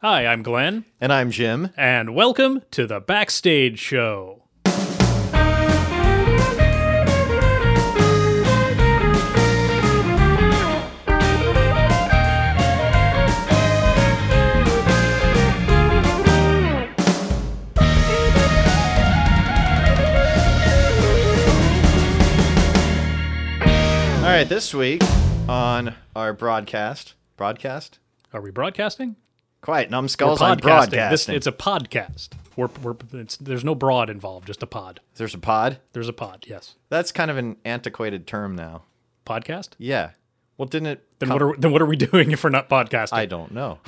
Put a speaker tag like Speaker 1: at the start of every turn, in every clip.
Speaker 1: Hi, I'm Glenn,
Speaker 2: And I'm Jim.
Speaker 1: and welcome to the Backstage Show.
Speaker 2: All right, this week on our broadcast, broadcast,
Speaker 1: Are we broadcasting?
Speaker 2: quiet numbskulls. I'm
Speaker 1: This-
Speaker 2: broadcasting.
Speaker 1: it's a podcast. We're, we're, it's, there's no broad involved, just a pod.
Speaker 2: There's a pod.
Speaker 1: There's a pod, yes.
Speaker 2: That's kind of an antiquated term now.
Speaker 1: Podcast?
Speaker 2: Yeah. Well, didn't it?
Speaker 1: Then
Speaker 2: come-
Speaker 1: what, are, then what are we doing if we're not podcasting?
Speaker 2: I don't know.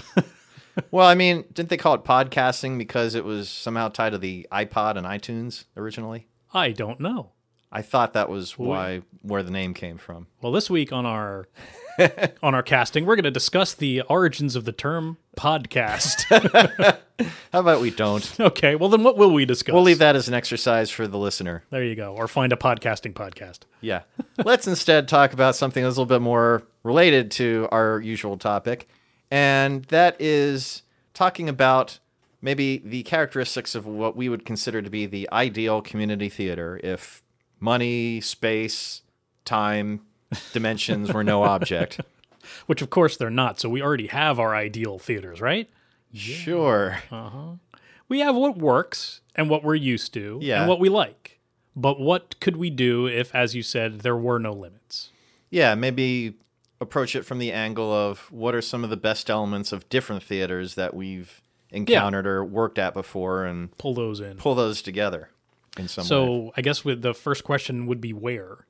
Speaker 2: well, I mean, didn't they call it podcasting because it was somehow tied to the iPod and iTunes originally?
Speaker 1: I don't know.
Speaker 2: I thought that was why where the name came from.
Speaker 1: Well, this week on our on our casting, we're going to discuss the origins of the term podcast.
Speaker 2: How about we don't?
Speaker 1: okay, well then what will we discuss?
Speaker 2: We'll leave that as an exercise for the listener.
Speaker 1: There you go. Or find a podcasting podcast.
Speaker 2: Yeah. Let's instead talk about something that's a little bit more related to our usual topic, and that is talking about maybe the characteristics of what we would consider to be the ideal community theater if money, space, time, dimensions were no object.
Speaker 1: Which of course they're not, so we already have our ideal theaters, right?
Speaker 2: Sure.
Speaker 1: we have what works and what we're used to
Speaker 2: Yeah.
Speaker 1: and what we like. But what could we do if, as you said, there were no limits?
Speaker 2: Yeah, maybe approach it from the angle of what are some of the best elements of different theaters that we've encountered or worked at before and
Speaker 1: Pull those in.
Speaker 2: pull those together in some way.
Speaker 1: so I guess with the first question would be where?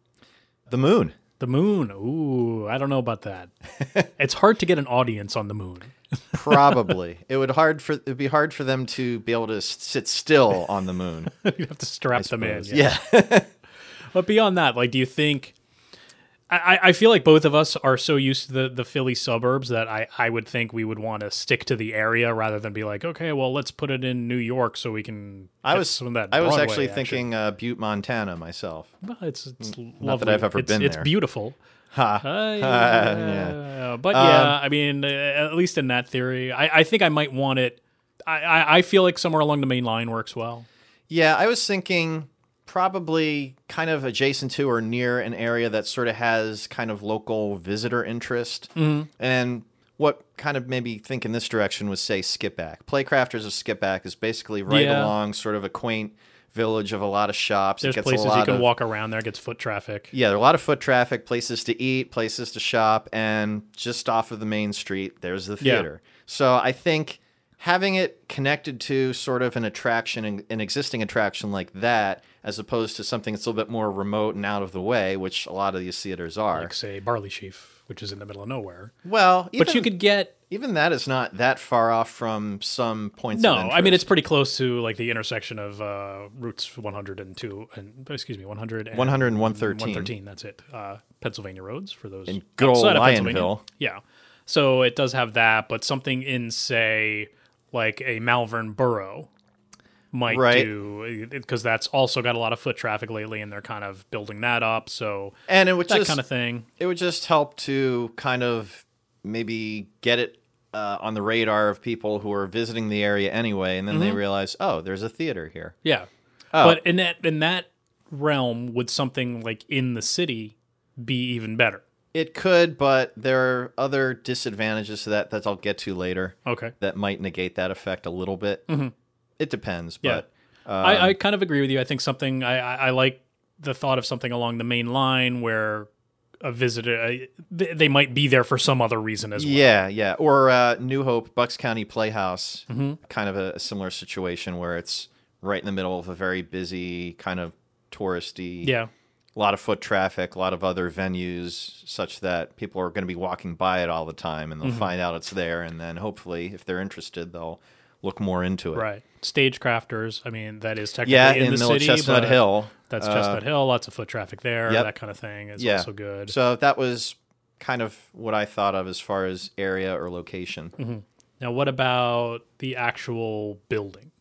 Speaker 2: The moon.
Speaker 1: The moon. Ooh, I don't know about that. it's hard to get an audience on the moon.
Speaker 2: Probably. it would hard for it'd be hard for them to be able to s- sit still on the moon.
Speaker 1: you have to strap them in. yeah.
Speaker 2: yeah.
Speaker 1: But beyond that, like, do you think? I, I- I feel like both of us are so used to the, the Philly suburbs that I, I would think we would want to stick to the area rather than be like, okay, well, let's put it in New York so we can.
Speaker 2: I
Speaker 1: get
Speaker 2: was
Speaker 1: some of that.
Speaker 2: I was
Speaker 1: Broadway
Speaker 2: actually
Speaker 1: action."
Speaker 2: thinking uh, Butte, Montana myself.
Speaker 1: Well, it's, it's lovely.
Speaker 2: I've ever
Speaker 1: it's,
Speaker 2: been
Speaker 1: It's
Speaker 2: there.
Speaker 1: beautiful.
Speaker 2: Ha.
Speaker 1: Uh,
Speaker 2: yeah. Um,
Speaker 1: But yeah, I mean, uh, at least in that theory, I, I think I might want it. I, I, I feel like somewhere along the main line works well.
Speaker 2: Yeah, I was thinking probably kind of adjacent to or near an area that sort of has kind of local visitor interest.
Speaker 1: Mm-hmm.
Speaker 2: And what kind of maybe think in this direction was say Skipback. Playcrafters of Skipback is basically right
Speaker 1: Yeah.
Speaker 2: along sort of a quaint village of a lot of shops. It
Speaker 1: There's
Speaker 2: gets a
Speaker 1: places you
Speaker 2: lot
Speaker 1: can
Speaker 2: of-
Speaker 1: walk around there, gets foot traffic.
Speaker 2: Yeah, there are a lot of foot traffic, places to eat, places to shop, and just off of the main street, there's the
Speaker 1: Yeah.
Speaker 2: theater. So I think having it connected to sort of an attraction, an- an existing attraction like that, as opposed to something that's a little bit more remote and out of the way, which a lot of these theaters are.
Speaker 1: Like, say, Barley Sheaf, which is in the middle of nowhere.
Speaker 2: well, even,
Speaker 1: but you could get
Speaker 2: even that is not that far off from some points.
Speaker 1: no
Speaker 2: of
Speaker 1: i mean it's
Speaker 2: interest.
Speaker 1: pretty close to like the intersection of uh routes 102 and excuse me 100 and
Speaker 2: 100 and 113.
Speaker 1: 113 that's it uh pennsylvania roads for those in
Speaker 2: good old Lionville.
Speaker 1: yeah so it does have that but something in say like a malvern borough might
Speaker 2: Right.
Speaker 1: do because that's also got a lot of foot traffic lately and they're kind of building that up so
Speaker 2: And it would
Speaker 1: that
Speaker 2: just
Speaker 1: kind of thing
Speaker 2: It would just help to kind of maybe get it uh, on the radar of people who are visiting the area anyway, and then
Speaker 1: Mm-hmm.
Speaker 2: they realize, oh, there's a theater here.
Speaker 1: Yeah.
Speaker 2: Oh.
Speaker 1: But in that in that realm, would something like in the city be even better?
Speaker 2: It could, but there are other disadvantages to that that I'll get to later
Speaker 1: Okay.
Speaker 2: that might negate that effect a little bit. It depends,
Speaker 1: Mm-hmm. Yeah.
Speaker 2: but
Speaker 1: I,
Speaker 2: Um,
Speaker 1: I kind of agree with you. I think something I, I, I like the thought of something along the main line where a visitor I, they, they might be there for some other reason as well.
Speaker 2: yeah, yeah. Or uh, New Hope, Bucks County Playhouse,
Speaker 1: Mm-hmm.
Speaker 2: kind of a, a similar situation where it's right in the middle of a very busy kind of touristy
Speaker 1: Yeah.
Speaker 2: a lot of foot traffic, a lot of other venues, such that people are going to be walking by it all the time,
Speaker 1: Mm-hmm.
Speaker 2: and they'll find out it's there, and then hopefully, if they're interested, they'll look more into it.
Speaker 1: Right. Stagecrafters. I mean, that is technically
Speaker 2: Yeah,
Speaker 1: in,
Speaker 2: in,
Speaker 1: the
Speaker 2: Middle
Speaker 1: city.
Speaker 2: Chestnut
Speaker 1: but
Speaker 2: Hill.
Speaker 1: That's
Speaker 2: Uh,
Speaker 1: Chestnut Hill. Lots of foot traffic there.
Speaker 2: yep.
Speaker 1: That kind of thing is
Speaker 2: Yeah.
Speaker 1: also good.
Speaker 2: So that was kind of what I thought of as far as area or location.
Speaker 1: Mm-hmm. now, what about the actual building?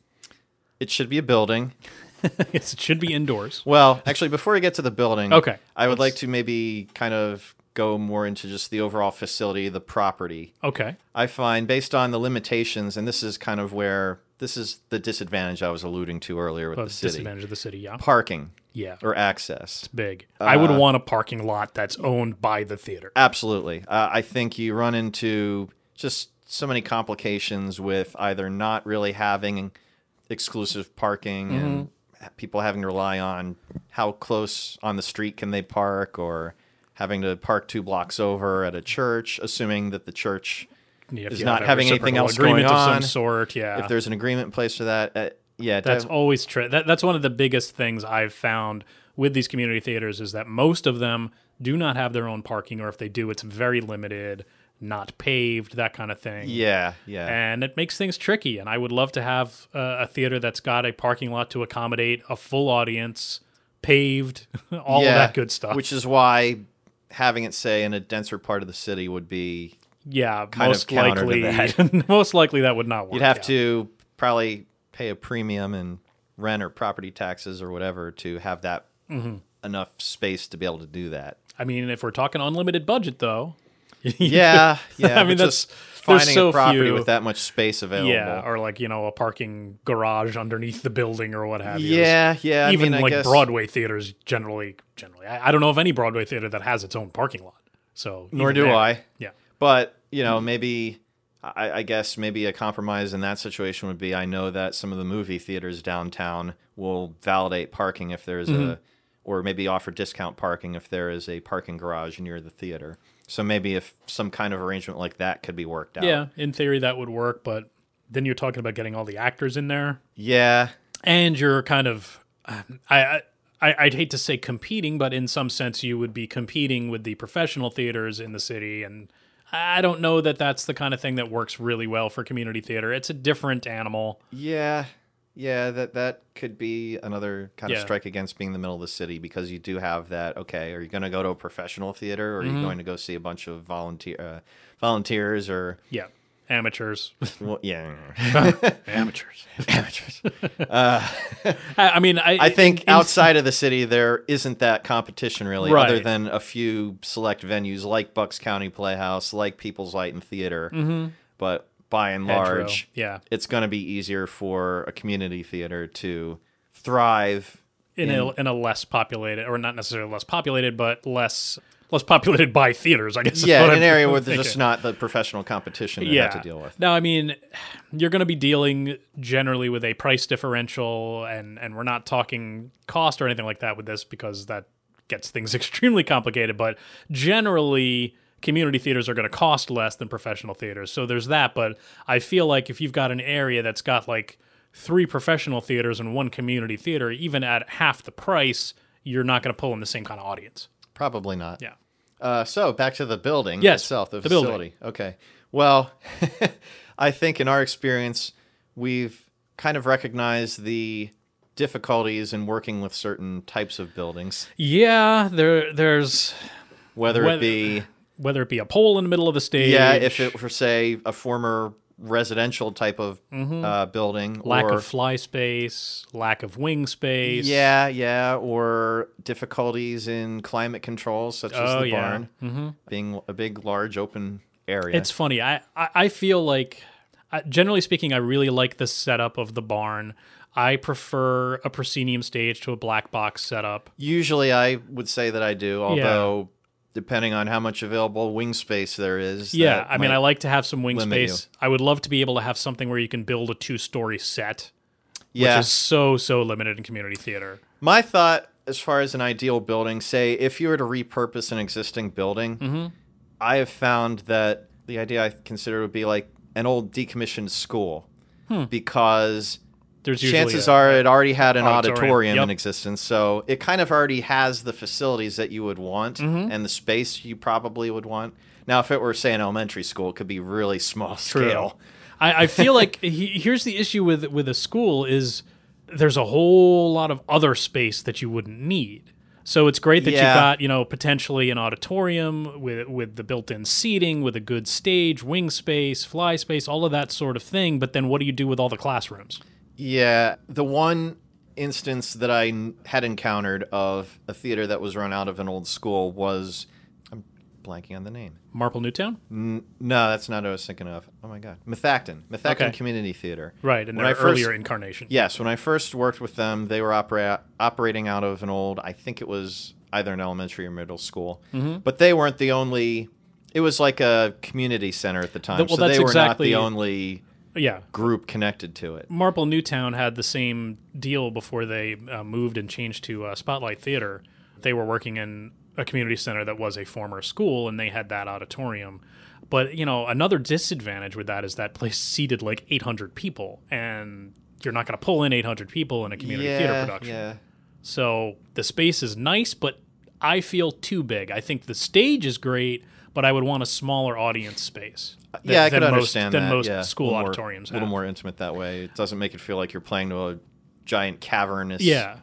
Speaker 2: It should be a building.
Speaker 1: it should be indoors.
Speaker 2: Well, actually, before we get to the building,
Speaker 1: Okay.
Speaker 2: I would like to maybe kind of go more into just the overall facility, the property.
Speaker 1: Okay.
Speaker 2: I find based on the limitations, and this is kind of where this is the disadvantage I was alluding to earlier with
Speaker 1: But
Speaker 2: the city
Speaker 1: disadvantage of the city. Yeah.
Speaker 2: parking
Speaker 1: Yeah.
Speaker 2: or uh, access.
Speaker 1: Big. I would want a parking lot that's owned by the theater.
Speaker 2: Absolutely. Uh, I think you run into just so many complications with either not really having exclusive parking and
Speaker 1: Mm-hmm.
Speaker 2: people having to rely on how close on the street can they park or having to park two blocks over at a church, assuming that the church,
Speaker 1: Yeah, if
Speaker 2: It's
Speaker 1: you have
Speaker 2: not
Speaker 1: a
Speaker 2: having anything
Speaker 1: reciprocal
Speaker 2: else
Speaker 1: agreement
Speaker 2: going on.
Speaker 1: of some sort. Yeah.
Speaker 2: if there's an agreement in place for that, uh, yeah,
Speaker 1: That's
Speaker 2: def-
Speaker 1: always true. That, that's one of the biggest things I've found with these community theaters is that most of them do not have their own parking, or if they do, it's very limited, not paved, that kind of thing.
Speaker 2: yeah, yeah.
Speaker 1: And it makes things tricky. And I would love to have uh, a theater that's got a parking lot to accommodate a full audience, paved, all of that good stuff.
Speaker 2: Which is why having it say in a denser part of the city would be
Speaker 1: yeah,
Speaker 2: of
Speaker 1: most
Speaker 2: counter to
Speaker 1: likely, most likely that would not work.
Speaker 2: you'd have
Speaker 1: yeah.
Speaker 2: to probably pay a premium in rent or property taxes or whatever to have that
Speaker 1: Mm-hmm.
Speaker 2: enough space to be able to do that.
Speaker 1: I mean, if we're talking unlimited budget, though.
Speaker 2: Yeah, yeah.
Speaker 1: I mean, that's-
Speaker 2: but just
Speaker 1: there's
Speaker 2: finding
Speaker 1: so
Speaker 2: a property
Speaker 1: few-
Speaker 2: with that much space available.
Speaker 1: Yeah, or like you know a parking garage underneath the building or what have you.
Speaker 2: yeah, yeah. I
Speaker 1: even
Speaker 2: mean, I
Speaker 1: like
Speaker 2: guess-
Speaker 1: Broadway theaters generally, generally, I, I don't know of any Broadway theater that has its own parking lot. So
Speaker 2: Nor
Speaker 1: even
Speaker 2: do
Speaker 1: there-
Speaker 2: I.
Speaker 1: Yeah,
Speaker 2: But you know, maybe I, I guess maybe a compromise in that situation would be I know that some of the movie theaters downtown will validate parking if there's
Speaker 1: Mm-hmm.
Speaker 2: a, or maybe offer discount parking if there is a parking garage near the theater. So maybe if some kind of arrangement like that could be worked out.
Speaker 1: yeah. In theory, that would work, but then you're talking about getting all the actors in there,
Speaker 2: Yeah.
Speaker 1: and you're kind of, um, I. I I, I'd hate to say competing, but in some sense, you would be competing with the professional theaters in the city. And I don't know that that's the kind of thing that works really well for community theater. It's a different animal.
Speaker 2: Yeah. Yeah, that that could be another kind
Speaker 1: Yeah.
Speaker 2: of strike against being in the middle of the city because you do have that. Okay, are you going to go to a professional theater, or are
Speaker 1: Mm-hmm.
Speaker 2: you going to go see a bunch of volunteer uh, volunteers, or
Speaker 1: Yeah. Amateurs.
Speaker 2: well, yeah,
Speaker 1: Amateurs.
Speaker 2: amateurs.
Speaker 1: Uh, I, I mean, I,
Speaker 2: I think
Speaker 1: in- in-
Speaker 2: outside of the city, there isn't that competition really, other
Speaker 1: Right.
Speaker 2: than a few select venues like Bucks County Playhouse, like People's Light and Theater. But by and
Speaker 1: Metro,
Speaker 2: large,
Speaker 1: Mm-hmm. yeah.
Speaker 2: it's going to be easier for a community theater to thrive.
Speaker 1: in, a in a less populated, or not necessarily less populated, but less less populated by theaters. I guess. is
Speaker 2: Yeah,
Speaker 1: what I'm
Speaker 2: in an area where there's
Speaker 1: thinking.
Speaker 2: just not the professional competition they
Speaker 1: yeah.
Speaker 2: have to deal with.
Speaker 1: No, I mean, you're going to be dealing generally with a price differential, and and we're not talking cost or anything like that with this because that gets things extremely complicated. But generally, community theaters are going to cost less than professional theaters, so there's that. But I feel like if you've got an area that's got like three professional theaters and one community theater, even at half the price, you're not going to pull in the same kind of audience.
Speaker 2: Probably not.
Speaker 1: Yeah.
Speaker 2: Uh, so back to the building
Speaker 1: Yes,
Speaker 2: itself, the,
Speaker 1: the building.
Speaker 2: facility. Okay. Well, I think in our experience, we've kind of recognized the difficulties in working with certain types of buildings,
Speaker 1: Yeah, there there's
Speaker 2: whether
Speaker 1: Whether-
Speaker 2: it be
Speaker 1: whether it be a pole in the middle of the stage.
Speaker 2: yeah, if it were say a former residential type of uh, building,
Speaker 1: Mm-hmm. lack
Speaker 2: or
Speaker 1: of fly space, lack of wing space.
Speaker 2: yeah, yeah, or difficulties in climate control, such as
Speaker 1: Oh,
Speaker 2: the
Speaker 1: yeah.
Speaker 2: barn being a big, large, open area.
Speaker 1: It's funny. I, I, I feel like, I, generally speaking, I really like the setup of the barn. I prefer a proscenium stage to a black box setup.
Speaker 2: Usually, I would say that I do, although depending on how much available wing space there is.
Speaker 1: yeah,
Speaker 2: that
Speaker 1: I mean,
Speaker 2: might-
Speaker 1: I like to have some wing
Speaker 2: limit you.
Speaker 1: space. I would love to be able to have something where you can build a two story set,
Speaker 2: yeah.
Speaker 1: which is so, so limited in community theater.
Speaker 2: My thought, as far as an ideal building, say if you were to repurpose an existing building,
Speaker 1: Mm-hmm.
Speaker 2: I have found that the idea I consider would be like an old decommissioned school,
Speaker 1: Hmm.
Speaker 2: because
Speaker 1: There's usually
Speaker 2: chances
Speaker 1: a-
Speaker 2: are it already had an
Speaker 1: Auditorium,
Speaker 2: auditorium,
Speaker 1: yep.
Speaker 2: in existence, so it kind of already has the facilities that you would want
Speaker 1: Mm-hmm.
Speaker 2: and the space you probably would want. Now, if it were say an elementary school, it could be really small scale.
Speaker 1: I, I feel like he, here's the issue with with a school is there's a whole lot of other space that you wouldn't need. So it's great that
Speaker 2: Yeah.
Speaker 1: you've got you know potentially an auditorium with with the built-in seating, with a good stage, wing space, fly space, all of that sort of thing. But then what do you do with all the classrooms?
Speaker 2: Yeah, the one instance that I n- had encountered of a theater that was run out of an old school was blanking on the name.
Speaker 1: Marple Newtown?
Speaker 2: N- no, that's not what I was thinking of. Oh my God, Methacton, Methacton
Speaker 1: Okay.
Speaker 2: Community Theater.
Speaker 1: Right, in
Speaker 2: When
Speaker 1: their
Speaker 2: I first-
Speaker 1: earlier incarnation.
Speaker 2: Yes, when I first worked with them, they were opera- operating out of an old, I think it was either an elementary or middle school.
Speaker 1: Mm-hmm.
Speaker 2: But they weren't the only, it was like a community center at the time.
Speaker 1: Th- well,
Speaker 2: so
Speaker 1: that's
Speaker 2: they were
Speaker 1: exactly-
Speaker 2: not the only
Speaker 1: Yeah.
Speaker 2: group connected to it.
Speaker 1: Marple Newtown had the same deal before they uh, moved and changed to uh, Spotlight Theater. They were working in a community center that was a former school, and they had that auditorium. But you know, another disadvantage with that is that place seated like 800 people, and you're not going to pull in 800 people in a community theater production.
Speaker 2: yeah.
Speaker 1: So the space is nice, but I feel too big. I think the stage is great, but I would want a smaller audience space. than-
Speaker 2: yeah, I
Speaker 1: than
Speaker 2: could
Speaker 1: most-
Speaker 2: understand
Speaker 1: than
Speaker 2: that.
Speaker 1: most
Speaker 2: yeah.
Speaker 1: school
Speaker 2: A little more-
Speaker 1: auditoriums.
Speaker 2: A little
Speaker 1: have.
Speaker 2: more intimate that way. It doesn't make it feel like you're playing to a giant cavernous.
Speaker 1: Yeah.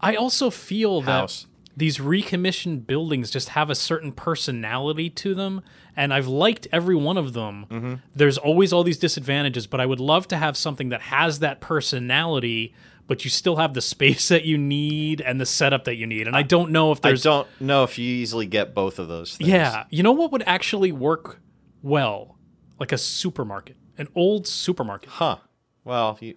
Speaker 1: I also feel
Speaker 2: House.
Speaker 1: that these recommissioned buildings just have a certain personality to them, and I've liked every one of them.
Speaker 2: Mm-hmm.
Speaker 1: There's always all these disadvantages, but I would love to have something that has that personality, but you still have the space that you need and the setup that you need. And I don't know if
Speaker 2: I
Speaker 1: there's
Speaker 2: don't know if you easily get both of those things.
Speaker 1: yeah, you know what would actually work well, like a supermarket, an old supermarket.
Speaker 2: Huh. Well, you,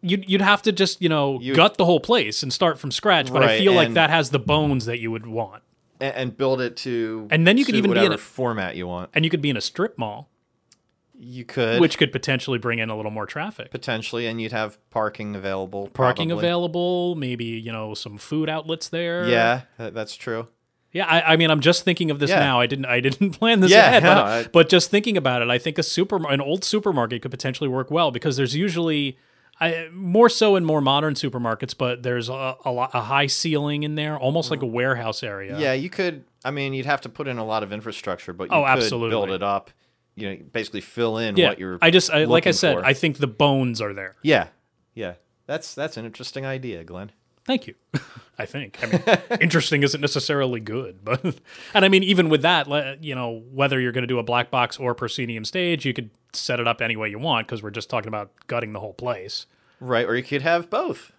Speaker 1: You'd you'd have to just you know gut the whole place and start from scratch. But I
Speaker 2: Right,
Speaker 1: feel like
Speaker 2: and-
Speaker 1: that has the bones that you would want,
Speaker 2: and, and build it to
Speaker 1: And then you could
Speaker 2: suit
Speaker 1: even be in
Speaker 2: whatever
Speaker 1: a-
Speaker 2: format you want.
Speaker 1: and you could be in a strip mall,
Speaker 2: You could
Speaker 1: which could potentially bring in a little more traffic.
Speaker 2: potentially, and you'd have parking available.
Speaker 1: Parking
Speaker 2: probably.
Speaker 1: available, maybe you know some food outlets there.
Speaker 2: Yeah, that, that's true.
Speaker 1: yeah. I, I mean, I'm just thinking of this
Speaker 2: Yeah.
Speaker 1: now. I didn't I didn't plan this
Speaker 2: Yeah,
Speaker 1: ahead,
Speaker 2: no,
Speaker 1: but,
Speaker 2: I-
Speaker 1: but just thinking about it, I think a super an old supermarket could potentially work well because there's usually. I, more so in more modern supermarkets, but there's a, a, lot, a high ceiling in there, almost like a warehouse area.
Speaker 2: Hmm. Yeah. you could. I mean, you'd have to put in a lot of infrastructure, but you
Speaker 1: Oh,
Speaker 2: could build
Speaker 1: absolutely.
Speaker 2: it up. You know, basically fill in
Speaker 1: yeah.
Speaker 2: what you're.
Speaker 1: I just I, like I
Speaker 2: looking
Speaker 1: said,
Speaker 2: for.
Speaker 1: I think the bones are there.
Speaker 2: yeah, yeah. That's that's an interesting idea, Glenn.
Speaker 1: Thank you. I think. I mean, interesting isn't necessarily good, but and I mean, even with that, le- you know, whether you're going to do a black box or proscenium stage, you could set it up any way you want because we're just talking about gutting the whole place.
Speaker 2: Right, or you could have both.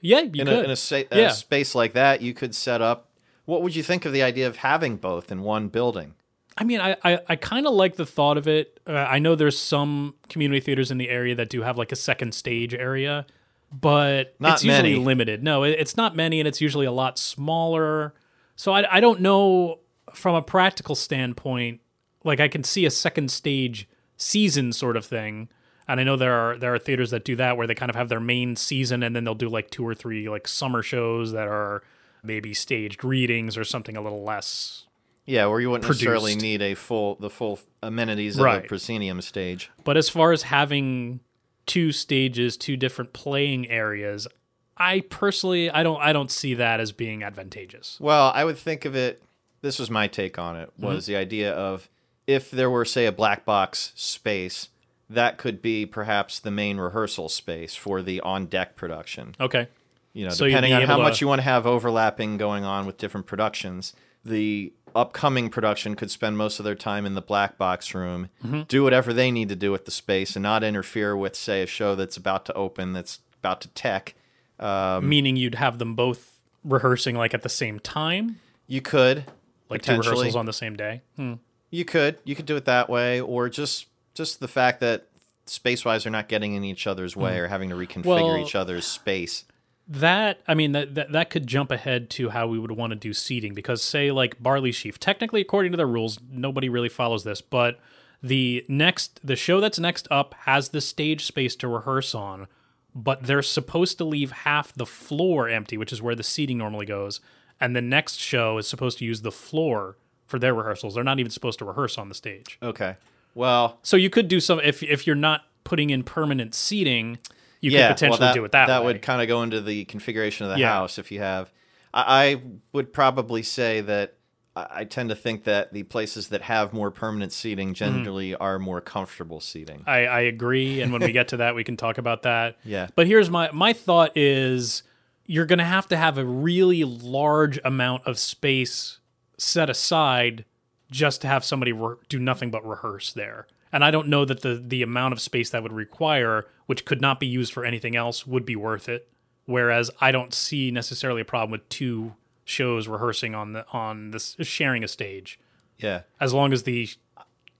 Speaker 1: Yeah, you
Speaker 2: in,
Speaker 1: could.
Speaker 2: A, in a, sa- a
Speaker 1: Yeah.
Speaker 2: space like that, you could set up. What would you think of the idea of having both in one building?
Speaker 1: I mean, I I, I kind of like the thought of it. Uh, I know there's some community theaters in the area that do have like a second stage area, but
Speaker 2: Not
Speaker 1: it's usually
Speaker 2: many.
Speaker 1: limited. No, it, it's not many, and it's usually a lot smaller. So I I don't know from a practical standpoint. Like I can see a second stage season sort of thing. And I know there are there are theaters that do that where they kind of have their main season and then they'll do like two or three like summer shows that are maybe staged readings or something a little less
Speaker 2: Yeah, where you wouldn't necessarily
Speaker 1: Produced.
Speaker 2: need a full the full amenities of
Speaker 1: Right.
Speaker 2: a proscenium stage.
Speaker 1: But as far as having two stages, two different playing areas, I personally I don't I don't see that as being advantageous.
Speaker 2: Well, I would think of it. This was my take on it.
Speaker 1: Mm-hmm.
Speaker 2: Was the idea of if there were, say, a black box space that could be perhaps the main rehearsal space for the on deck production.
Speaker 1: Okay.
Speaker 2: You know,
Speaker 1: So you'd
Speaker 2: depending
Speaker 1: be
Speaker 2: on
Speaker 1: able
Speaker 2: how
Speaker 1: to-
Speaker 2: much you want to have overlapping going on with different productions, the upcoming production could spend most of their time in the black box room,
Speaker 1: Mm-hmm.
Speaker 2: do whatever they need to do with the space, and not interfere with, say, a show that's about to open, that's about to tech. Um,
Speaker 1: Meaning you'd have them both rehearsing like at the same time,
Speaker 2: you could
Speaker 1: like two
Speaker 2: potentially-
Speaker 1: rehearsals on the same day. Hmm.
Speaker 2: You could. You could do it that way, or just just the fact that space wise they're not getting in each other's way or having to reconfigure
Speaker 1: Mm. Well-
Speaker 2: each other's space.
Speaker 1: That I mean that, that that could jump ahead to how we would want to do seating because say like barley sheaf technically according to the rules nobody really follows this but the next the show that's next up has the stage space to rehearse on but they're supposed to leave half the floor empty which is where the seating normally goes and the next show is supposed to use the floor for their rehearsals they're not even supposed to rehearse on the stage
Speaker 2: Okay. Well,
Speaker 1: so you could do some if if you're not putting in permanent seating you
Speaker 2: yeah.
Speaker 1: could potentially
Speaker 2: well, that,
Speaker 1: do it that,
Speaker 2: That
Speaker 1: way.
Speaker 2: would kind of go into the configuration of the
Speaker 1: Yeah.
Speaker 2: house if you have. I, I would probably say that I, I tend to think that the places that have more permanent seating generally are more comfortable seating.
Speaker 1: Mm. I, I agree. And when we get to that, we can talk about that.
Speaker 2: Yeah.
Speaker 1: But here's my my thought is you're gonna have to have a really large amount of space set aside just to have somebody re- do nothing but rehearse there. And I don't know that the the amount of space that would require, which could not be used for anything else, would be worth it. Whereas I don't see necessarily a problem with two shows rehearsing on the on this sharing a stage
Speaker 2: Yeah.
Speaker 1: as long as the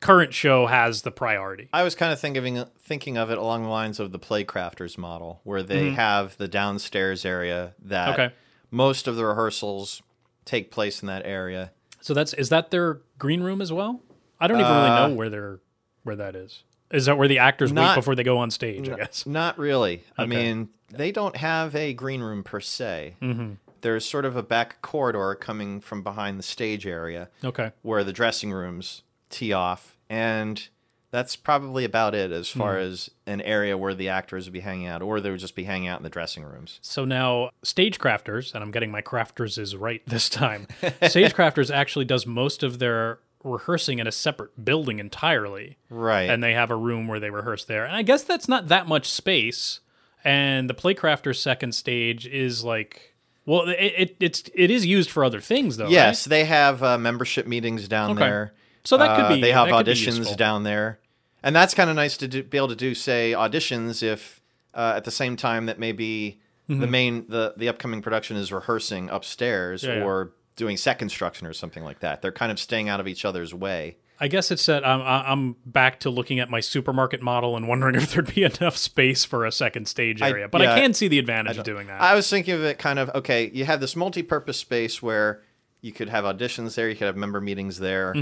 Speaker 1: current show has the priority.
Speaker 2: I was kind of thinking thinking of it along the lines of the Playcrafters model, where they have the downstairs area that
Speaker 1: Okay.
Speaker 2: most of the rehearsals take place in that area.
Speaker 1: So that's is that their green room as well? I don't even really know where they're where that is. Is that where the actors
Speaker 2: Uh, Not-
Speaker 1: wait before they go on stage? I guess.
Speaker 2: Not really. I mean, they don't have a green room per se. Mm-hmm. There's sort of a back corridor coming from behind the stage area
Speaker 1: Okay.
Speaker 2: where the dressing rooms tee off, and that's probably about it as far as an area where the actors would be hanging out, or they would just be hanging out in the dressing rooms.
Speaker 1: So now Stagecrafters, and I'm getting my crafters is right this time. Stagecrafters actually does most of their rehearsing in a separate building entirely.
Speaker 2: Right.
Speaker 1: And they have a room where they rehearse there. And I guess that's not that much space. And the Playcrafters second stage is like well, it, it it's it is used for other things though. right?
Speaker 2: Yes, they have uh, membership meetings down
Speaker 1: Okay.
Speaker 2: there.
Speaker 1: So that could
Speaker 2: Uh,
Speaker 1: be
Speaker 2: they have
Speaker 1: that could be
Speaker 2: auditions
Speaker 1: useful.
Speaker 2: down there, and that's kind of nice to do, be able to do, say, auditions if uh, at the same time that maybe the
Speaker 1: Mm-hmm.
Speaker 2: main the the upcoming production is rehearsing upstairs
Speaker 1: Yeah, yeah.
Speaker 2: or doing set construction or something like that. They're kind of staying out of each other's way.
Speaker 1: I guess it's that I'm I- I'm back to looking at my supermarket model and wondering if there'd be enough space for a second stage area. but
Speaker 2: yeah,
Speaker 1: I can see the advantage of doing that.
Speaker 2: I was thinking of it kind of okay. You have this multi-purpose space where you could have auditions there, you could have member meetings there,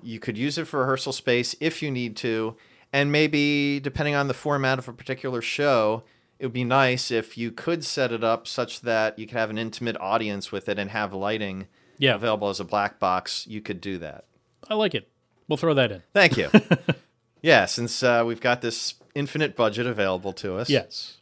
Speaker 2: you could use it for rehearsal space if you need to, and maybe depending on the format of a particular show, it would be nice if you could set it up such that you could have an intimate audience with it and have lighting
Speaker 1: Yeah.
Speaker 2: available as a black box. You could do that.
Speaker 1: I like it. We'll throw that in.
Speaker 2: Thank you. yeah, since uh, we've got this infinite budget available to us.
Speaker 1: Yes.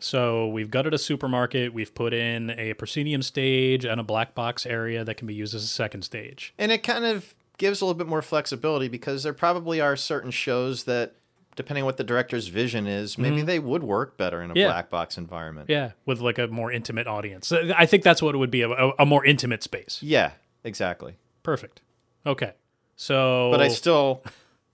Speaker 1: so we've gutted a supermarket. We've put in a proscenium stage and a black box area that can be used as a second stage.
Speaker 2: And it kind of gives a little bit more flexibility because there probably are certain shows that, depending on what the director's vision is, maybe they would work better in a
Speaker 1: Mm-hmm. Yeah.
Speaker 2: black box environment.
Speaker 1: Yeah, with like a more intimate audience. Uh, I think that's what it would be a, a, a more intimate space.
Speaker 2: Yeah, exactly.
Speaker 1: Perfect. Okay. So,
Speaker 2: But I still.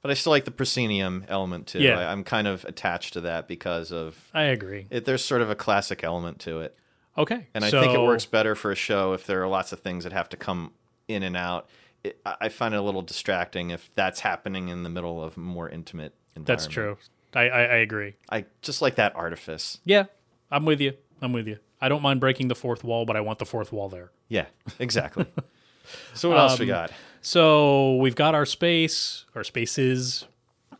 Speaker 2: But I still like the proscenium element too.
Speaker 1: Yeah.
Speaker 2: I, I'm kind of attached to that because of
Speaker 1: I agree.
Speaker 2: it. There's sort of a classic element to it,
Speaker 1: Okay.
Speaker 2: and I think it
Speaker 1: so-
Speaker 2: works better for a show if there are lots of things that have to come in and out. It, I I find it a little distracting if that's happening in the middle of a more intimate. Environment.
Speaker 1: That's true. I, I, I agree.
Speaker 2: I just like that artifice.
Speaker 1: Yeah, I'm with you. I'm with you. I don't mind breaking the fourth wall, but I want the fourth wall there.
Speaker 2: Yeah, exactly. so what else we got?
Speaker 1: So we've got our space, our spaces.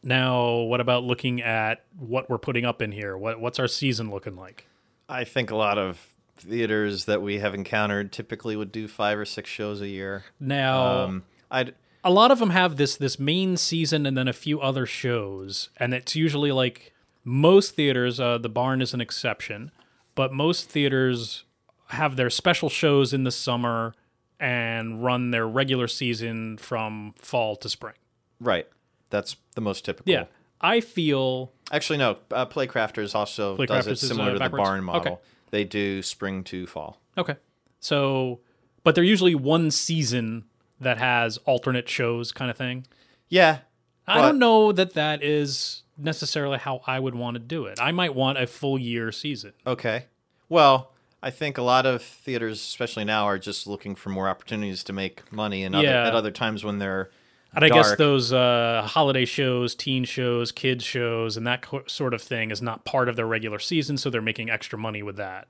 Speaker 1: Now, what about looking at what we're putting up in here? What what's our season looking like?
Speaker 2: I think a lot of theaters that we have encountered typically would do five or six shows a year.
Speaker 1: Now,
Speaker 2: Um, I'd
Speaker 1: a lot of them have this this main season and then a few other shows, and it's usually like most theaters. Uh, the barn is an exception, but most theaters have their special shows in the summer and run their regular season from fall to spring.
Speaker 2: right. That's the most typical.
Speaker 1: Yeah, I feel
Speaker 2: Actually, no. Uh, Playcrafters also does
Speaker 1: Playcrafters
Speaker 2: it
Speaker 1: is,
Speaker 2: similar
Speaker 1: uh,
Speaker 2: to the
Speaker 1: backwards?
Speaker 2: barn model.
Speaker 1: Okay.
Speaker 2: They do spring to fall.
Speaker 1: Okay. So, but they're usually one season that has alternate shows kind of thing.
Speaker 2: Yeah.
Speaker 1: I
Speaker 2: But-
Speaker 1: don't know that that is necessarily how I would want to do it. I might want a full year season.
Speaker 2: Okay. Well, I think a lot of theaters, especially now, are just looking for more opportunities to make money, and other,
Speaker 1: Yeah.
Speaker 2: at other times when they're
Speaker 1: And I guess
Speaker 2: dark.
Speaker 1: those uh, holiday shows, teen shows, kids shows, and that co- sort of thing is not part of their regular season, so they're making extra money with that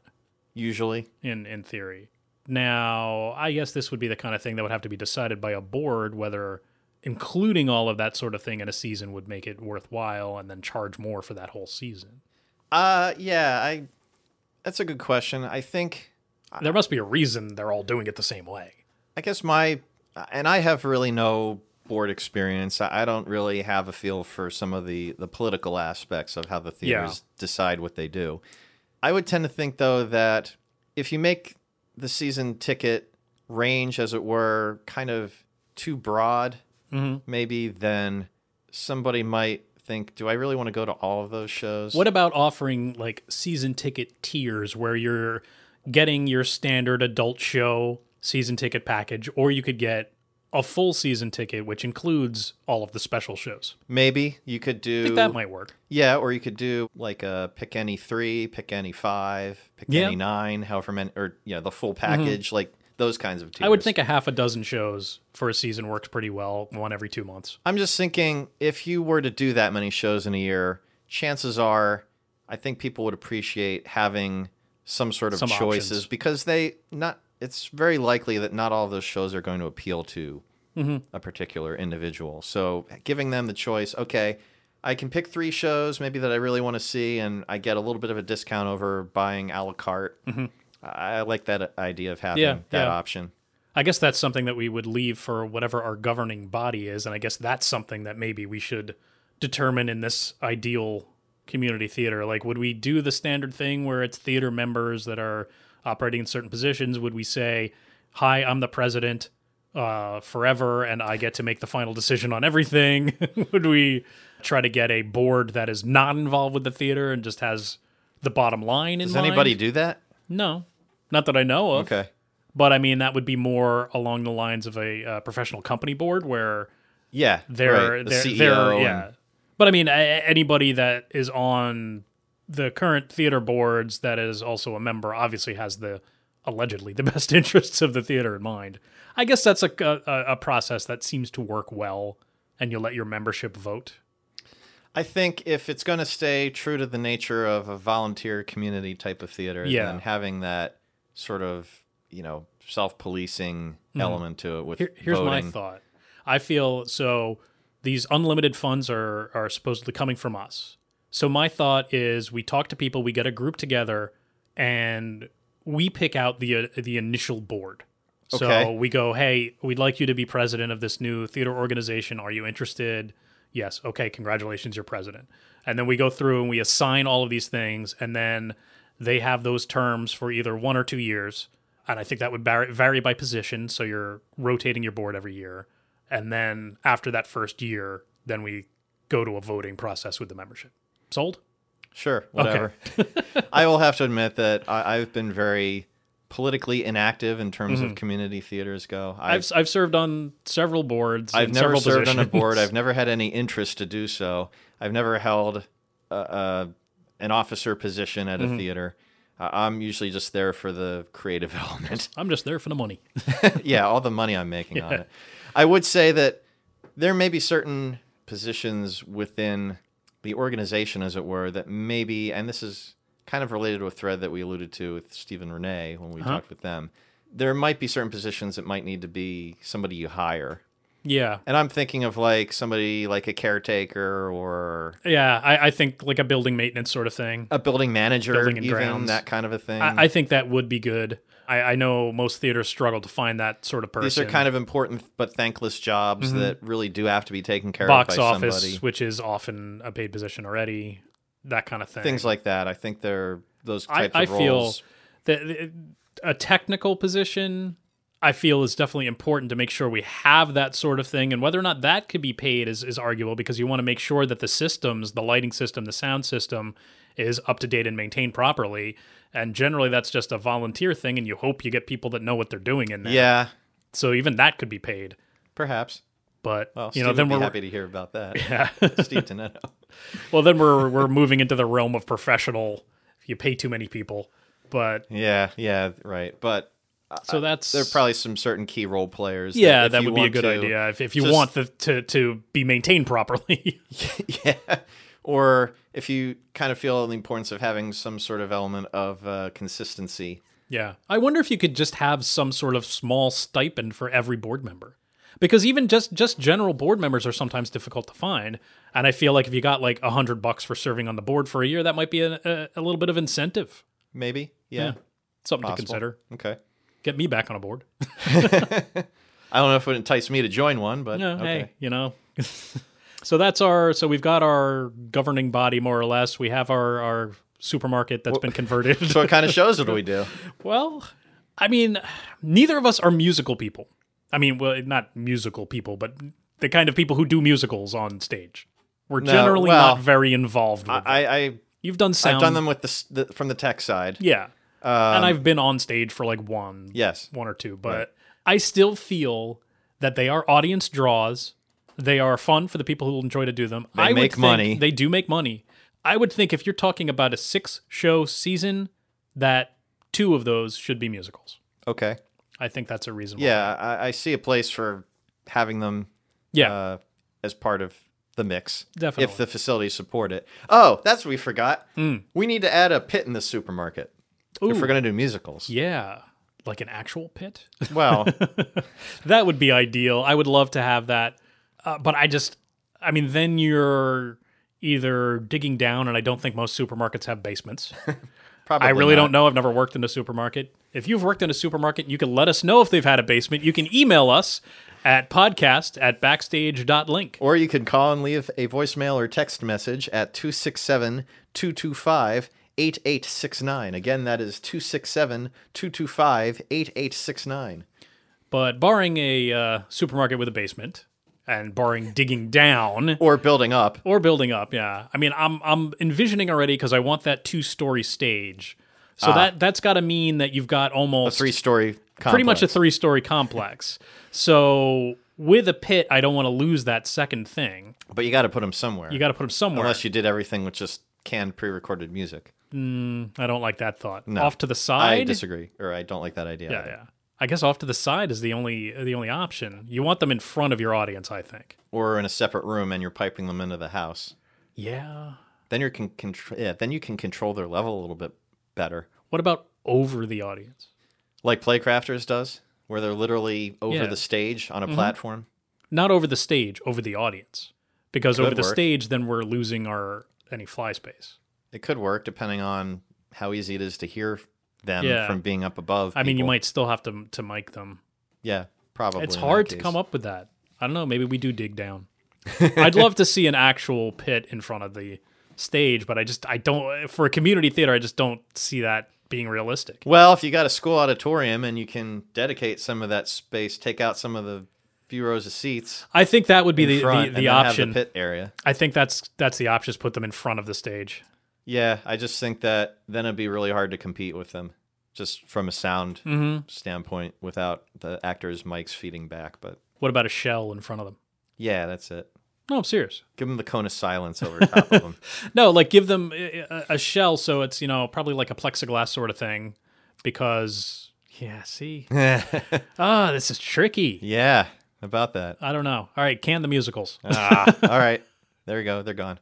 Speaker 2: usually
Speaker 1: in in theory. Now, I guess this would be the kind of thing that would have to be decided by a board whether including all of that sort of thing in a season would make it worthwhile and then charge more for that whole season.
Speaker 2: Uh, yeah, I. That's a good question. I think
Speaker 1: There must be a reason they're all doing it the same way.
Speaker 2: I guess my and I have really no board experience. I I don't really have a feel for some of the the political aspects of how the theaters decide what they do. I would tend to think though that if you make the season ticket range, as it were, kind of too broad,
Speaker 1: Mm-hmm.
Speaker 2: maybe then somebody might think, "Do I really want to go to all of those shows?"
Speaker 1: What about offering like season ticket tiers where you're getting your standard adult show season ticket package or you could get a full season ticket which includes all of the special shows.
Speaker 2: Maybe you could do
Speaker 1: I think that might work.
Speaker 2: Yeah, or you could do like a pick any three, pick any five, pick
Speaker 1: Yeah. Mm-hmm.
Speaker 2: any nine, however many, or you know the full package. Like those kinds of tiers.
Speaker 1: I would think a half a dozen shows for a season works pretty well, one every two months.
Speaker 2: I'm just thinking if you were to do that many shows in a year, chances are I think people would appreciate having some sort of
Speaker 1: Some
Speaker 2: choices
Speaker 1: options.
Speaker 2: because they not it's very likely that not all of those shows are going to appeal to
Speaker 1: Mm-hmm.
Speaker 2: a particular individual. So giving them the choice, okay, I can pick three shows maybe that I really want to see and I get a little bit of a discount over buying a la carte. I I like that idea of having
Speaker 1: Mm-hmm. Yeah,
Speaker 2: that
Speaker 1: yeah.
Speaker 2: option.
Speaker 1: I guess that's something that we would leave for whatever our governing body is, and I guess that's something that maybe we should determine in this ideal community theater. Like, would we do the standard thing where it's theater members that are operating in certain positions? Would we say, "Hi, I'm the president uh, forever, and I get to make the final decision on everything"? would we try to get a board that is not involved with the theater and just has the bottom line in
Speaker 2: Does
Speaker 1: mind?
Speaker 2: anybody do that?
Speaker 1: No, not that I know of.
Speaker 2: Okay.
Speaker 1: But I mean, that would be more along the lines of a uh, professional company board where
Speaker 2: Yeah.
Speaker 1: they're,
Speaker 2: right, the
Speaker 1: they're,
Speaker 2: CEO
Speaker 1: they're-
Speaker 2: and-
Speaker 1: yeah. But I mean, a- anybody that is on the current theater boards that is also a member obviously has the allegedly the best interests of the theater in mind. I guess that's a, a, a process that seems to work well, and you let your membership vote.
Speaker 2: I think if it's going to stay true to the nature of a volunteer community type of theater,
Speaker 1: Yeah.
Speaker 2: then having that sort of you know self-policing element to it with
Speaker 1: Hmm. Here- here's
Speaker 2: voting.
Speaker 1: my thought. I feel so. These unlimited funds are are supposedly coming from us. So my thought is, we talk to people, we get a group together, and we pick out the uh, the initial board. So
Speaker 2: Okay.
Speaker 1: we go, hey, we'd like you to be president of this new theater organization. Are you interested? Yes. Okay. Congratulations, you're president. And then we go through and we assign all of these things, and then they have those terms for either one or two years. And I think that would vary, vary by position. So you're rotating your board every year. And then after that first year, then we go to a voting process with the membership. Sold?
Speaker 2: Sure, whatever. I will have to admit that I, I've been very politically inactive in terms of community theaters go. I've
Speaker 1: Hmm. I've, I've served on several boards.
Speaker 2: I've
Speaker 1: in
Speaker 2: never
Speaker 1: several
Speaker 2: served on a
Speaker 1: positions.
Speaker 2: board. I've never had any interest to do so. I've never held uh, uh, an officer position at
Speaker 1: Hmm.
Speaker 2: a theater. Uh, I'm usually just there for the creative element.
Speaker 1: I'm just there for the money.
Speaker 2: yeah, all the money I'm making on it. I would say that there may be certain positions within the organization, as it were, that maybe, and this is kind of related to a thread that we alluded to with Steve and Renee when we
Speaker 1: Uh-huh.
Speaker 2: talked with them. There might be certain positions that might need to be somebody you hire.
Speaker 1: Yeah.
Speaker 2: And I'm thinking of like somebody like a caretaker or
Speaker 1: Yeah. I, I think like a building maintenance sort of thing.
Speaker 2: a building manager,
Speaker 1: Building and
Speaker 2: even
Speaker 1: grounds.
Speaker 2: that kind of a thing.
Speaker 1: I, I think that would be good. I, I know most theaters struggle to find that sort of person. Mm-hmm.
Speaker 2: These are kind of important but thankless jobs that really do have to be taken care
Speaker 1: box
Speaker 2: of by
Speaker 1: office,
Speaker 2: somebody.
Speaker 1: which is often a paid position already, that kind of thing.
Speaker 2: things like that. I think they're those
Speaker 1: I,
Speaker 2: types
Speaker 1: I
Speaker 2: of
Speaker 1: feel
Speaker 2: roles.
Speaker 1: that a technical position, I feel, is definitely important to make sure we have that sort of thing. And whether or not that could be paid is, is arguable because you want to make sure that the systems, the lighting system, the sound system, is up to date and maintained properly. And generally, that's just a volunteer thing, and you hope you get people that know what they're doing in there.
Speaker 2: yeah,
Speaker 1: So even that could be paid.
Speaker 2: perhaps.
Speaker 1: But
Speaker 2: Well,
Speaker 1: you
Speaker 2: Steve
Speaker 1: know, then
Speaker 2: would
Speaker 1: we're
Speaker 2: be happy to hear about that.
Speaker 1: yeah.
Speaker 2: Steve Tonetto.
Speaker 1: well, then we're we're moving into the realm of professional. You pay too many people, but
Speaker 2: Yeah, yeah, right. But
Speaker 1: so that's
Speaker 2: there are Uh, probably some certain key role players.
Speaker 1: yeah,
Speaker 2: if
Speaker 1: that
Speaker 2: you
Speaker 1: would be a
Speaker 2: want
Speaker 1: good
Speaker 2: to-
Speaker 1: idea if, if you
Speaker 2: just-
Speaker 1: want the, to to be maintained properly.
Speaker 2: yeah. Or if you kind of feel the importance of having some sort of element of uh, consistency.
Speaker 1: yeah, I wonder if you could just have some sort of small stipend for every board member, because even just just general board members are sometimes difficult to find. And I feel like if you got like a hundred bucks for serving on the board for a year, that might be a, a, a little bit of incentive,
Speaker 2: Maybe. Yeah.
Speaker 1: something to
Speaker 2: possible.
Speaker 1: consider.
Speaker 2: Okay.
Speaker 1: Get me back on a board.
Speaker 2: I don't know if it would entice me to join one, but
Speaker 1: No,
Speaker 2: okay.
Speaker 1: hey, you know. so that's our. So we've got our governing body more or less. We have our our supermarket that's been converted.
Speaker 2: So what kind of shows would we do?
Speaker 1: well, I mean, neither of us are musical people. I mean, well, not musical people, but the kind of people who do musicals on stage. We're generally
Speaker 2: well,
Speaker 1: not very involved. With it.
Speaker 2: I, I
Speaker 1: You've done sound.
Speaker 2: I've done them um, with the, s- the from the tech side.
Speaker 1: Um, Yeah. and I've been on stage for like one.
Speaker 2: Yes.
Speaker 1: one or two, but I still feel that they are audience draws. They are fun for the people who enjoy to do them. They I would
Speaker 2: make
Speaker 1: think
Speaker 2: money.
Speaker 1: They do make money. I would think if you're talking about a six show season, that two of those should be musicals.
Speaker 2: Okay.
Speaker 1: I think that's a reasonable.
Speaker 2: Yeah, I, I see a place for having them
Speaker 1: Yeah.
Speaker 2: uh, as part of the mix.
Speaker 1: Definitely. Mm.
Speaker 2: If the facilities support it. Oh, that's what we forgot. We need to add a pit in the supermarket if we're going to do musicals.
Speaker 1: yeah. Like an actual pit.
Speaker 2: Well,
Speaker 1: that would be ideal. I would love to have that. Uh, but I just, I mean, then you're either digging down, and I don't think most supermarkets have basements.
Speaker 2: probably.
Speaker 1: I really
Speaker 2: not.
Speaker 1: don't know. I've never worked in a supermarket. If you've worked in a supermarket, you can let us know if they've had a basement. You can email us at podcast at backstage.link.
Speaker 2: Or you can call and leave a voicemail or text message at 267 225 8869. Again, that is 267 225 8869.
Speaker 1: But barring a uh, supermarket with a basement and barring digging down,
Speaker 2: Or building up.
Speaker 1: or building up yeah i mean i'm i'm envisioning already because i want that two story stage so that that's got to mean that you've got almost
Speaker 2: Ah. Three story complex.
Speaker 1: pretty much a three story complex so with a pit i don't want to lose that second thing
Speaker 2: But you got to put them somewhere.
Speaker 1: you got to put them somewhere
Speaker 2: Unless you did everything with just canned pre recorded music.
Speaker 1: i don't like that thought off to the side
Speaker 2: I disagree, or I don't like that idea.
Speaker 1: yeah yeah i guess off to the side is the only the only option you want them in front of your audience i think
Speaker 2: Or in a separate room and you're piping them into the house.
Speaker 1: yeah
Speaker 2: Then you can control. Yeah, then you can control their level a little bit better,
Speaker 1: what about over the audience
Speaker 2: like Playcrafters does, where they're literally over
Speaker 1: Yeah. Mm-hmm.
Speaker 2: the stage on a platform.
Speaker 1: not over the stage, over the audience. Because over the
Speaker 2: work.
Speaker 1: stage, then we're losing our any fly space.
Speaker 2: It could work depending on how easy it is to hear them
Speaker 1: Yeah.
Speaker 2: from being up above.
Speaker 1: I mean, you
Speaker 2: people.
Speaker 1: might still have to to mic them.
Speaker 2: Yeah, probably.
Speaker 1: It's
Speaker 2: in that
Speaker 1: hard to
Speaker 2: case.
Speaker 1: come up with that. I don't know. Maybe we do dig down. I'd love to see an actual pit in front of the stage, but I just I don't for a community theater. I just don't see that being realistic.
Speaker 2: Well, if you got a school auditorium and you can dedicate some of that space, take out some of the few rows of seats
Speaker 1: I think that would be
Speaker 2: in
Speaker 1: the
Speaker 2: front,
Speaker 1: the,
Speaker 2: and
Speaker 1: the
Speaker 2: then
Speaker 1: option.
Speaker 2: have the pit area.
Speaker 1: I think that's that's the option. Is put them in front of the stage.
Speaker 2: Yeah, I just think that then it'd be really hard to compete with them, just from a sound
Speaker 1: Mm-hmm.
Speaker 2: standpoint, without the actors' mics feeding back. But
Speaker 1: What about a shell in front of them?
Speaker 2: yeah, that's it.
Speaker 1: No, I'm serious.
Speaker 2: Give them the cone of silence over top of them.
Speaker 1: No, like give them a, a- a shell so it's, you know, probably like a plexiglass sort of thing because yeah, see. Ah, this is tricky.
Speaker 2: Yeah, about that.
Speaker 1: I don't know. All right, can the musicals.
Speaker 2: Ah, all right. There you go. They're gone.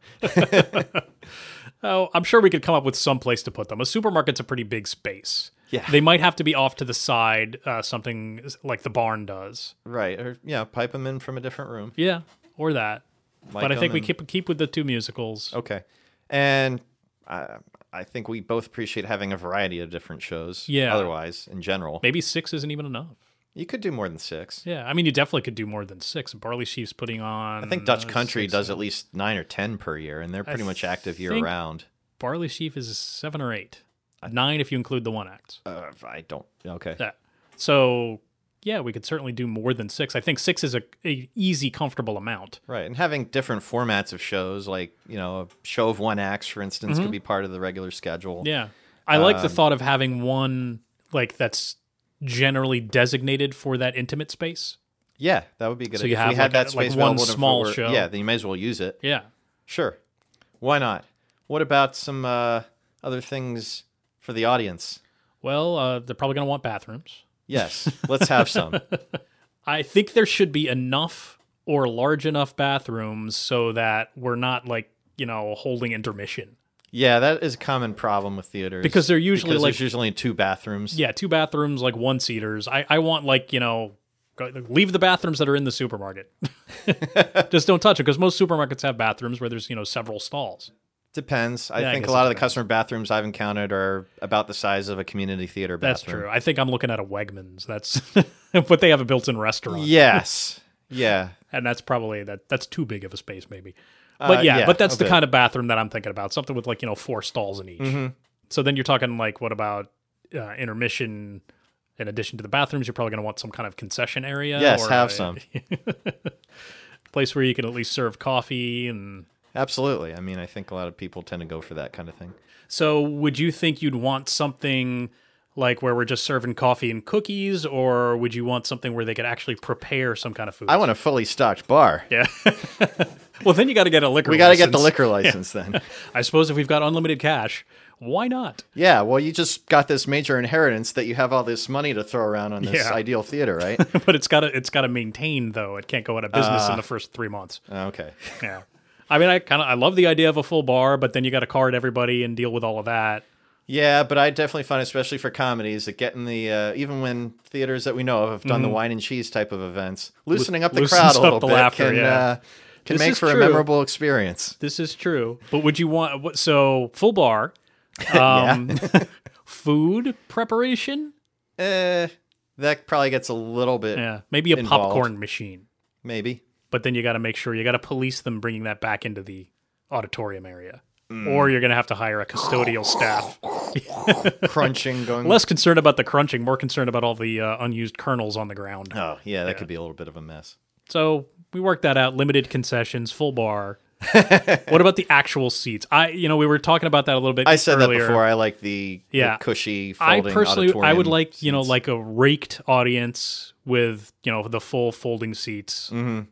Speaker 1: Oh, I'm sure we could come up with some place to put them. A supermarket's a pretty big space.
Speaker 2: Yeah.
Speaker 1: They might have to be off to the side, uh, something s- like the barn does.
Speaker 2: Right. Or yeah, pipe them in from a different room.
Speaker 1: Yeah, or that.
Speaker 2: Mic
Speaker 1: but I
Speaker 2: 'em
Speaker 1: think we
Speaker 2: and- Oh.
Speaker 1: keep keep with the two musicals.
Speaker 2: Okay. And I I think we both appreciate having a variety of different shows.
Speaker 1: Yeah.
Speaker 2: Otherwise, in general,
Speaker 1: Maybe six isn't even enough.
Speaker 2: you could do more than six.
Speaker 1: Yeah, I mean, you definitely could do more than six. Barley Sheep's putting on.
Speaker 2: I think Dutch Country does at least nine or ten per year, and they're pretty much active year
Speaker 1: think-
Speaker 2: round.
Speaker 1: Barley Sheaf is seven or eight. Nine if you include the one act.
Speaker 2: Uh, I don't. Okay.
Speaker 1: Yeah. So yeah, we could certainly do more than six. I think six is a, a easy, comfortable amount.
Speaker 2: Right, and having different formats of shows, like you know, a show of one acts, for instance, could be part of the regular schedule.
Speaker 1: Mm-hmm. Yeah. I like the thought of having one like that's generally designated for that intimate space.
Speaker 2: Yeah, that would be good.
Speaker 1: So you
Speaker 2: if
Speaker 1: have
Speaker 2: we
Speaker 1: like
Speaker 2: had that
Speaker 1: a- like
Speaker 2: space
Speaker 1: one
Speaker 2: available to-
Speaker 1: small
Speaker 2: for-
Speaker 1: show.
Speaker 2: Yeah, then you may as well use it.
Speaker 1: Yeah.
Speaker 2: Sure, why not? What about some uh, other things for the audience?
Speaker 1: Well, uh, they're probably going to want bathrooms.
Speaker 2: Yes, let's have some.
Speaker 1: I think there should be enough or large enough bathrooms so that we're not like, you know, holding intermission.
Speaker 2: Yeah, that is a common problem with theaters
Speaker 1: Because they're usually,
Speaker 2: because
Speaker 1: like-
Speaker 2: there's usually two bathrooms.
Speaker 1: Yeah, two bathrooms, like one seaters. I, I want like you know, go, leave the bathrooms that are in the supermarket. Just don't touch it because most supermarkets have bathrooms where there's you know several stalls.
Speaker 2: Depends. I
Speaker 1: Yeah, I
Speaker 2: think a
Speaker 1: guess
Speaker 2: lot
Speaker 1: it
Speaker 2: of the customer bathrooms I've encountered are about the size of a community theater bathroom.
Speaker 1: That's true. I think I'm looking at a Wegmans. That's but they have a built-in restaurant,
Speaker 2: Yes. Yeah.
Speaker 1: and that's probably that. That's too big of a space, maybe. But
Speaker 2: Uh,
Speaker 1: yeah,
Speaker 2: yeah,
Speaker 1: but that's
Speaker 2: a
Speaker 1: the
Speaker 2: bit.
Speaker 1: kind of bathroom that I'm thinking about. Something with like you know four stalls in each.
Speaker 2: Mm-hmm.
Speaker 1: So then you're talking like what about uh, intermission? In addition to the bathrooms, you're probably going to want some kind of concession area.
Speaker 2: Yes,
Speaker 1: or
Speaker 2: have
Speaker 1: a-
Speaker 2: some.
Speaker 1: place where you can at least serve coffee and
Speaker 2: Absolutely. I mean, I think a lot of people tend to go for that kind of thing.
Speaker 1: so would you think you'd want something like where we're just serving coffee and cookies or would you want something where they could actually prepare some kind of food
Speaker 2: I want a fully stocked bar.
Speaker 1: yeah well then you got to get a liquor
Speaker 2: We got to get the
Speaker 1: license.
Speaker 2: liquor license then.
Speaker 1: i suppose if we've got unlimited cash why not?
Speaker 2: Yeah, well, you just got this major inheritance that you have all this money to throw around on this
Speaker 1: Yeah.
Speaker 2: ideal theater, right?
Speaker 1: but it's got to it's got to maintain though. It can't go out of business
Speaker 2: Uh.
Speaker 1: in the first three months.
Speaker 2: okay.
Speaker 1: Yeah. I mean, I kind of I love the idea of a full bar, but then you got to card everybody and deal with all of that.
Speaker 2: Yeah, but I definitely find, especially for comedies, that getting the uh, even when theaters that we know of have done the wine and cheese type of events, loosening up the
Speaker 1: Mm-hmm. loosens
Speaker 2: crowd a
Speaker 1: up
Speaker 2: little
Speaker 1: the
Speaker 2: bit
Speaker 1: laughter,
Speaker 2: can
Speaker 1: yeah.
Speaker 2: uh, can
Speaker 1: This
Speaker 2: make
Speaker 1: is
Speaker 2: for a
Speaker 1: true.
Speaker 2: memorable experience.
Speaker 1: This is true. But would you want what? So full bar, um, food preparation.
Speaker 2: Eh, that probably gets a little bit,
Speaker 1: Yeah, maybe a
Speaker 2: Involved.
Speaker 1: popcorn machine.
Speaker 2: maybe.
Speaker 1: But then you got to make sure you got to police them bringing that back into the auditorium area,
Speaker 2: Mm.
Speaker 1: or you're gonna have to hire a custodial staff.
Speaker 2: crunching going.
Speaker 1: Less concerned about the crunching, more concerned about all the uh, unused kernels on the ground.
Speaker 2: oh, yeah, that could be a little bit of a mess.
Speaker 1: So we worked that out. Limited concessions, full bar. what about the actual seats? I, you know, we were talking about that a little bit.
Speaker 2: I said
Speaker 1: earlier.
Speaker 2: that before. I like the, the
Speaker 1: Yeah.
Speaker 2: cushy.
Speaker 1: I
Speaker 2: Folding
Speaker 1: personally, I would
Speaker 2: auditorium
Speaker 1: like you know,
Speaker 2: seats.
Speaker 1: like a raked audience with you know the full folding seats.
Speaker 2: Mm-hmm.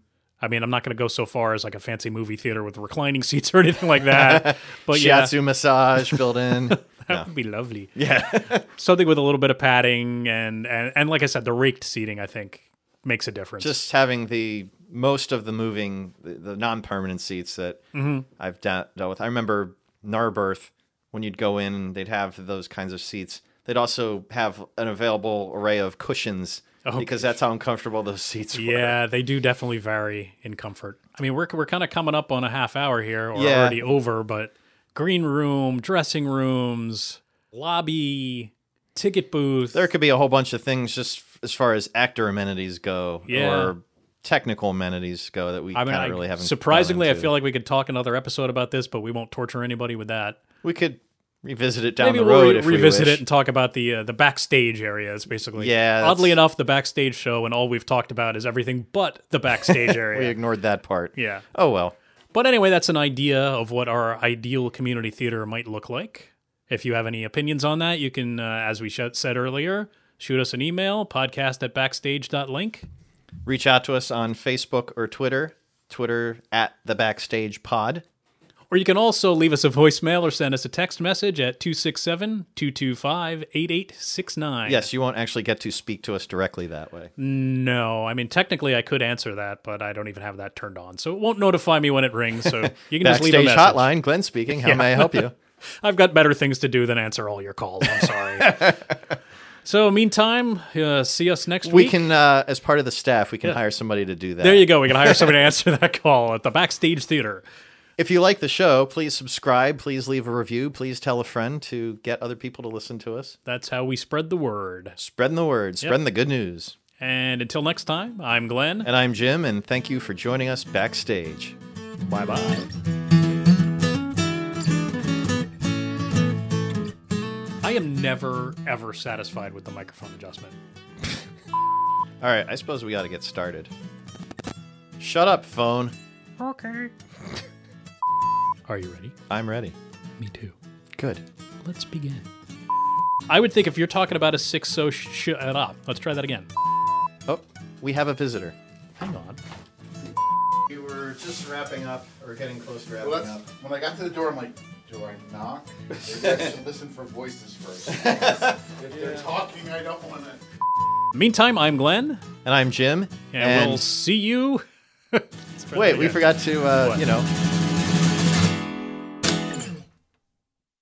Speaker 1: I mean, I'm not going to go so far as like a fancy movie theater with reclining seats or anything like that. But yeah,
Speaker 2: shiatsu massage built in.
Speaker 1: that would be lovely.
Speaker 2: yeah,
Speaker 1: Something with a little bit of padding and and and like I said, the raked seating I think makes a difference.
Speaker 2: just having the most of the moving, the, the non-permanent seats that
Speaker 1: Mm-hmm.
Speaker 2: I've da- dealt with. I remember Narberth when you'd go in, they'd have those kinds of seats. They'd also have an available array of cushions because that's how uncomfortable those seats were.
Speaker 1: Oh, Yeah, they do definitely vary in comfort. I mean, we're we're kind of coming up on a half hour here, or
Speaker 2: Yeah.
Speaker 1: already over. But green room, dressing rooms, lobby, ticket booth.
Speaker 2: there could be a whole bunch of things just f- as far as actor amenities go
Speaker 1: Yeah.
Speaker 2: or technical amenities go that we
Speaker 1: I mean,
Speaker 2: kind
Speaker 1: I-
Speaker 2: of really haven't
Speaker 1: surprisingly,
Speaker 2: gone
Speaker 1: I
Speaker 2: into.
Speaker 1: feel like we could talk another episode about this, but we won't torture anybody with that.
Speaker 2: we could revisit it down
Speaker 1: Maybe
Speaker 2: the road
Speaker 1: we'll re-
Speaker 2: if we
Speaker 1: revisit
Speaker 2: wish.
Speaker 1: it and talk about the uh, the backstage areas, basically.
Speaker 2: Yeah, that's-
Speaker 1: Oddly enough, the backstage show and all we've talked about is everything but the backstage
Speaker 2: we
Speaker 1: area.
Speaker 2: ignored that part
Speaker 1: yeah.
Speaker 2: oh well
Speaker 1: But anyway, that's an idea of what our ideal community theater might look like. If you have any opinions on that, you can, uh, as we sh- said earlier, shoot us an email, podcast at backstage.link.
Speaker 2: reach out to us on facebook or twitter twitter at the backstage pod
Speaker 1: Or you can also leave us a voicemail or send us a text message at 267 225 8869.
Speaker 2: yes you won't actually get to speak to us directly that way
Speaker 1: No, I mean, technically I could answer that, but I don't even have that turned on. So it won't notify me when it rings. So you can just leave a
Speaker 2: backstage
Speaker 1: message.
Speaker 2: hotline glenn speaking how may i help you
Speaker 1: I've got better things to do than answer all your calls. I'm sorry. so, meantime, uh, see us next
Speaker 2: we
Speaker 1: week.
Speaker 2: can uh, as part of the staff we can hire somebody to do that
Speaker 1: There you go. We can hire somebody to answer that call at the backstage theater.
Speaker 2: If you like the show, please subscribe, please leave a review, please tell a friend to get other people to listen to us.
Speaker 1: That's how we spread the word.
Speaker 2: Spreading the word, spreading the good news.
Speaker 1: And until next time, I'm Glenn.
Speaker 2: And I'm Jim, and thank you for joining us backstage.
Speaker 1: Bye bye. I am never, ever satisfied with the microphone adjustment.
Speaker 2: All right, I suppose we got to get started. Shut up, phone.
Speaker 1: Okay. Are you ready?
Speaker 2: I'm ready.
Speaker 1: Me too.
Speaker 2: Good.
Speaker 1: Let's begin. I would think if you're talking about a six so sh- sh- uh, let's try that again.
Speaker 2: Oh, we have a visitor.
Speaker 1: Hang on.
Speaker 2: We were just wrapping up, or getting close to wrapping
Speaker 3: Well, that's, when I got to the door, I'm like, do I knock? Maybe I should listen for voices first. if they're talking, I don't want to.
Speaker 1: Meantime, I'm Glenn,
Speaker 2: And I'm Jim.
Speaker 1: and, we'll see you. Let's try that
Speaker 2: wait, we
Speaker 1: again.
Speaker 2: forgot to, uh,
Speaker 1: What?
Speaker 2: you know,